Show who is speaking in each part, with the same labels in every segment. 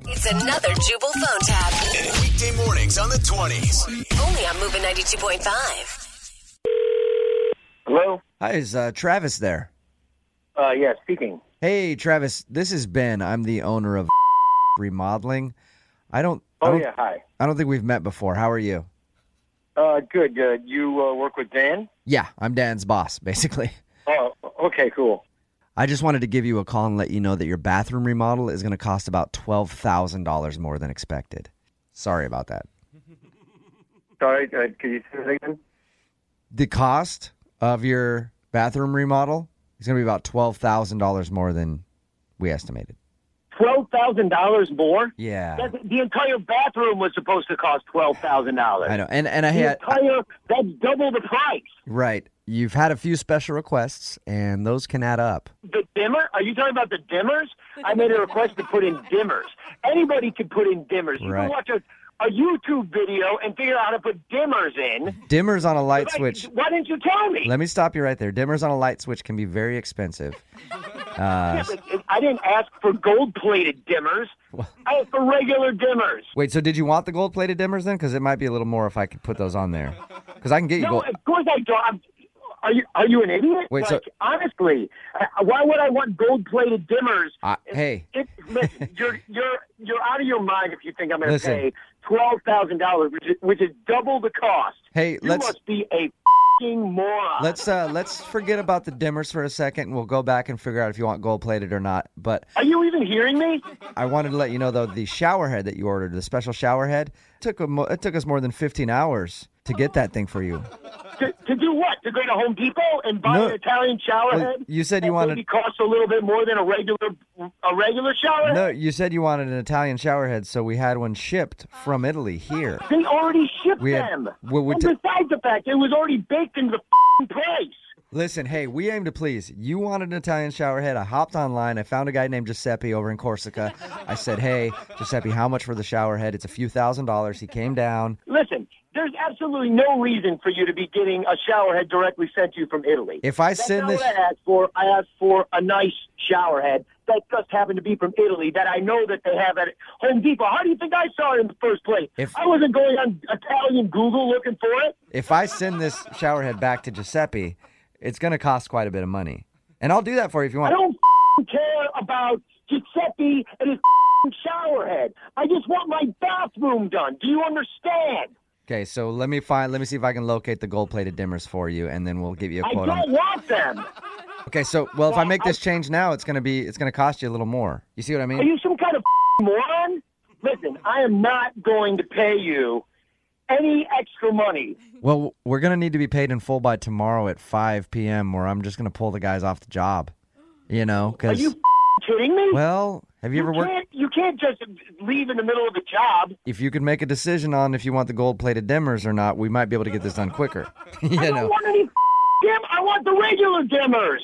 Speaker 1: It's another Jubal phone tab.
Speaker 2: Weekday mornings on the 20s.
Speaker 1: Only on Moving 92.5.
Speaker 3: Hello?
Speaker 4: Hi, is uh, Travis there?
Speaker 3: Uh, yeah, speaking.
Speaker 4: Hey, Travis, this is Ben. I'm the owner of Remodeling. I don't. I
Speaker 3: Oh,
Speaker 4: don't,
Speaker 3: yeah, hi.
Speaker 4: I don't think we've met before. How are you?
Speaker 3: Uh, good, good. You uh, work with Dan?
Speaker 4: Yeah, I'm Dan's boss, basically.
Speaker 3: Oh, okay, cool.
Speaker 4: I just wanted to give you a call and let you know that your bathroom remodel is going to cost about twelve thousand dollars more than expected. Sorry about that.
Speaker 3: Sorry, uh, could you say that again?
Speaker 4: The cost of your bathroom remodel is going to be about twelve thousand dollars more than we estimated.
Speaker 3: $12,000 more?
Speaker 4: Yeah,
Speaker 3: That, the entire bathroom was supposed to cost $12,000.
Speaker 4: I know. And and I
Speaker 3: The
Speaker 4: had
Speaker 3: entire, that's double the price.
Speaker 4: right. You've had a few special requests, and those can add up.
Speaker 3: The dimmer? Are you talking about the dimmers? I made a request to put in dimmers. Anybody can put in dimmers. You
Speaker 4: Right.
Speaker 3: can watch a, a YouTube video and figure out how to put dimmers in.
Speaker 4: Dimmers on a light
Speaker 3: Like,
Speaker 4: switch.
Speaker 3: Why didn't you tell me?
Speaker 4: Let me stop you right there. Dimmers on a light switch can be very expensive. Uh,
Speaker 3: Yeah, but I didn't ask for gold plated dimmers. I asked for regular dimmers.
Speaker 4: wait, so did you want the gold plated dimmers then? Because it might be a little more if I could put those on there. Because I can get you
Speaker 3: No,
Speaker 4: gold.
Speaker 3: of course I don't. I'm, are you are you an idiot?
Speaker 4: Wait,
Speaker 3: like,
Speaker 4: so-
Speaker 3: honestly, I- why would I want gold plated dimmers?
Speaker 4: I- hey,
Speaker 3: It, listen, you're you're you're out of your mind if you think I'm going to
Speaker 4: Listen.
Speaker 3: pay twelve thousand dollars, which is which is double the cost.
Speaker 4: hey,
Speaker 3: you
Speaker 4: let's
Speaker 3: must be a fing moron.
Speaker 4: let's uh, let's forget about the dimmers for a second, and we'll go back and figure out if you want gold plated or not. But
Speaker 3: Are you even hearing me?
Speaker 4: I wanted to let you know though, the shower head that you ordered, the special shower head, took a mo- it took us more than 15 hours to get that thing for you.
Speaker 3: To, to do what? To go to Home Depot and buy
Speaker 4: No.
Speaker 3: an Italian shower
Speaker 4: Well,
Speaker 3: head?
Speaker 4: you said
Speaker 3: that
Speaker 4: you wanted-
Speaker 3: maybe costs a little bit more than a regular a regular shower.
Speaker 4: No,
Speaker 3: head?
Speaker 4: you said you wanted an Italian shower head, so we had one shipped from Italy here.
Speaker 3: They already shipped
Speaker 4: We had-
Speaker 3: them.
Speaker 4: we- we
Speaker 3: and
Speaker 4: t-
Speaker 3: besides the fact, it was already baked into the fing price.
Speaker 4: Listen, hey, we aim to please. You wanted an Italian shower head. I hopped online. I found a guy named Giuseppe over in Corsica. I said, hey, Giuseppe, how much for the shower head? It's a few thousand dollars. He came down.
Speaker 3: Listen, there's absolutely no reason for you to be getting a shower head directly sent to you from Italy.
Speaker 4: If I
Speaker 3: That's
Speaker 4: send
Speaker 3: not
Speaker 4: this,
Speaker 3: what I asked for. I asked for a nice shower head that just happened to be from Italy that I know that they have at Home Depot. How do you think I saw it in the first place?
Speaker 4: If-
Speaker 3: I wasn't going on Italian Google looking for it.
Speaker 4: if I send this shower head back to Giuseppe, it's going to cost quite a bit of money. And I'll do that for you if you
Speaker 3: I
Speaker 4: want.
Speaker 3: don't f***ing care about Giuseppe and his f***ing shower head. I just want my bathroom done. Do you understand?
Speaker 4: Okay, so let me find. Let me see if I can locate the gold-plated dimmers for you, and then we'll give you a
Speaker 3: I
Speaker 4: quote on.
Speaker 3: don't want them.
Speaker 4: Okay, so well, if I make this change now, it's gonna be it's gonna cost you a little more. You see what I mean?
Speaker 3: Are you some kind of f***ing moron? Listen, I am not going to pay you any extra money.
Speaker 4: Well, we're gonna need to be paid in full by tomorrow at 5 p.m. Or I'm just gonna pull the guys off the job. You know,
Speaker 3: Are
Speaker 4: because
Speaker 3: you f***ing kidding me?
Speaker 4: well, have you,
Speaker 3: you
Speaker 4: ever
Speaker 3: can't,
Speaker 4: worked?
Speaker 3: You can't just leave in the middle of a job.
Speaker 4: If you could make a decision on if you want the gold-plated dimmers or not, we might be able to get this done quicker. you
Speaker 3: I don't
Speaker 4: know,
Speaker 3: want any f***ing dim. I want the regular dimmers.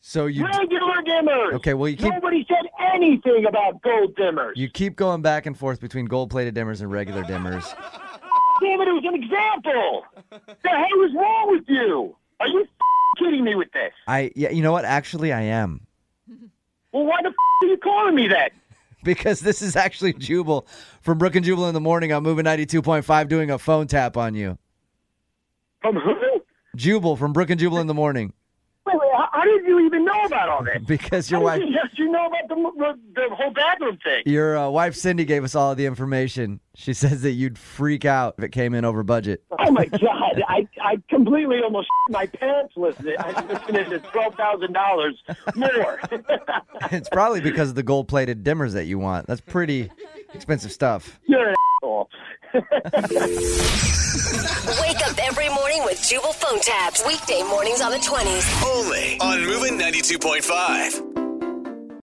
Speaker 4: so you
Speaker 3: Regular dimmers.
Speaker 4: Okay, well, you keep-
Speaker 3: Nobody said anything about gold dimmers.
Speaker 4: you keep going back and forth between gold-plated dimmers and regular dimmers.
Speaker 3: Damn it, it was an example. The hell is wrong with you? Are you f***ing kidding me with this?
Speaker 4: I yeah, you know what? Actually, I am
Speaker 3: Well, why the f- are you calling me that?
Speaker 4: because this is actually Jubal from Brook and Jubal in the morning. I'm moving 92.5, doing a phone tap on you.
Speaker 3: From who? Wait,
Speaker 4: Jubal from Brook and Jubal in the morning
Speaker 3: wait, how, how did you even know about all this?
Speaker 4: because your
Speaker 3: How
Speaker 4: wife,
Speaker 3: did you, how did you know about the, the whole bathroom thing?
Speaker 4: your uh, wife Cindy gave us all the information. She says that you'd freak out if it came in over budget.
Speaker 3: Oh my God! I, I completely almost shit my pants listening. I listened to twelve thousand dollars more.
Speaker 4: It's probably because of the gold-plated dimmers that you want. That's pretty expensive stuff.
Speaker 3: You're an asshole.
Speaker 1: Wake up every morning with Jubal phone tabs. Weekday mornings on the 20s.
Speaker 2: Only on Moving 92.5.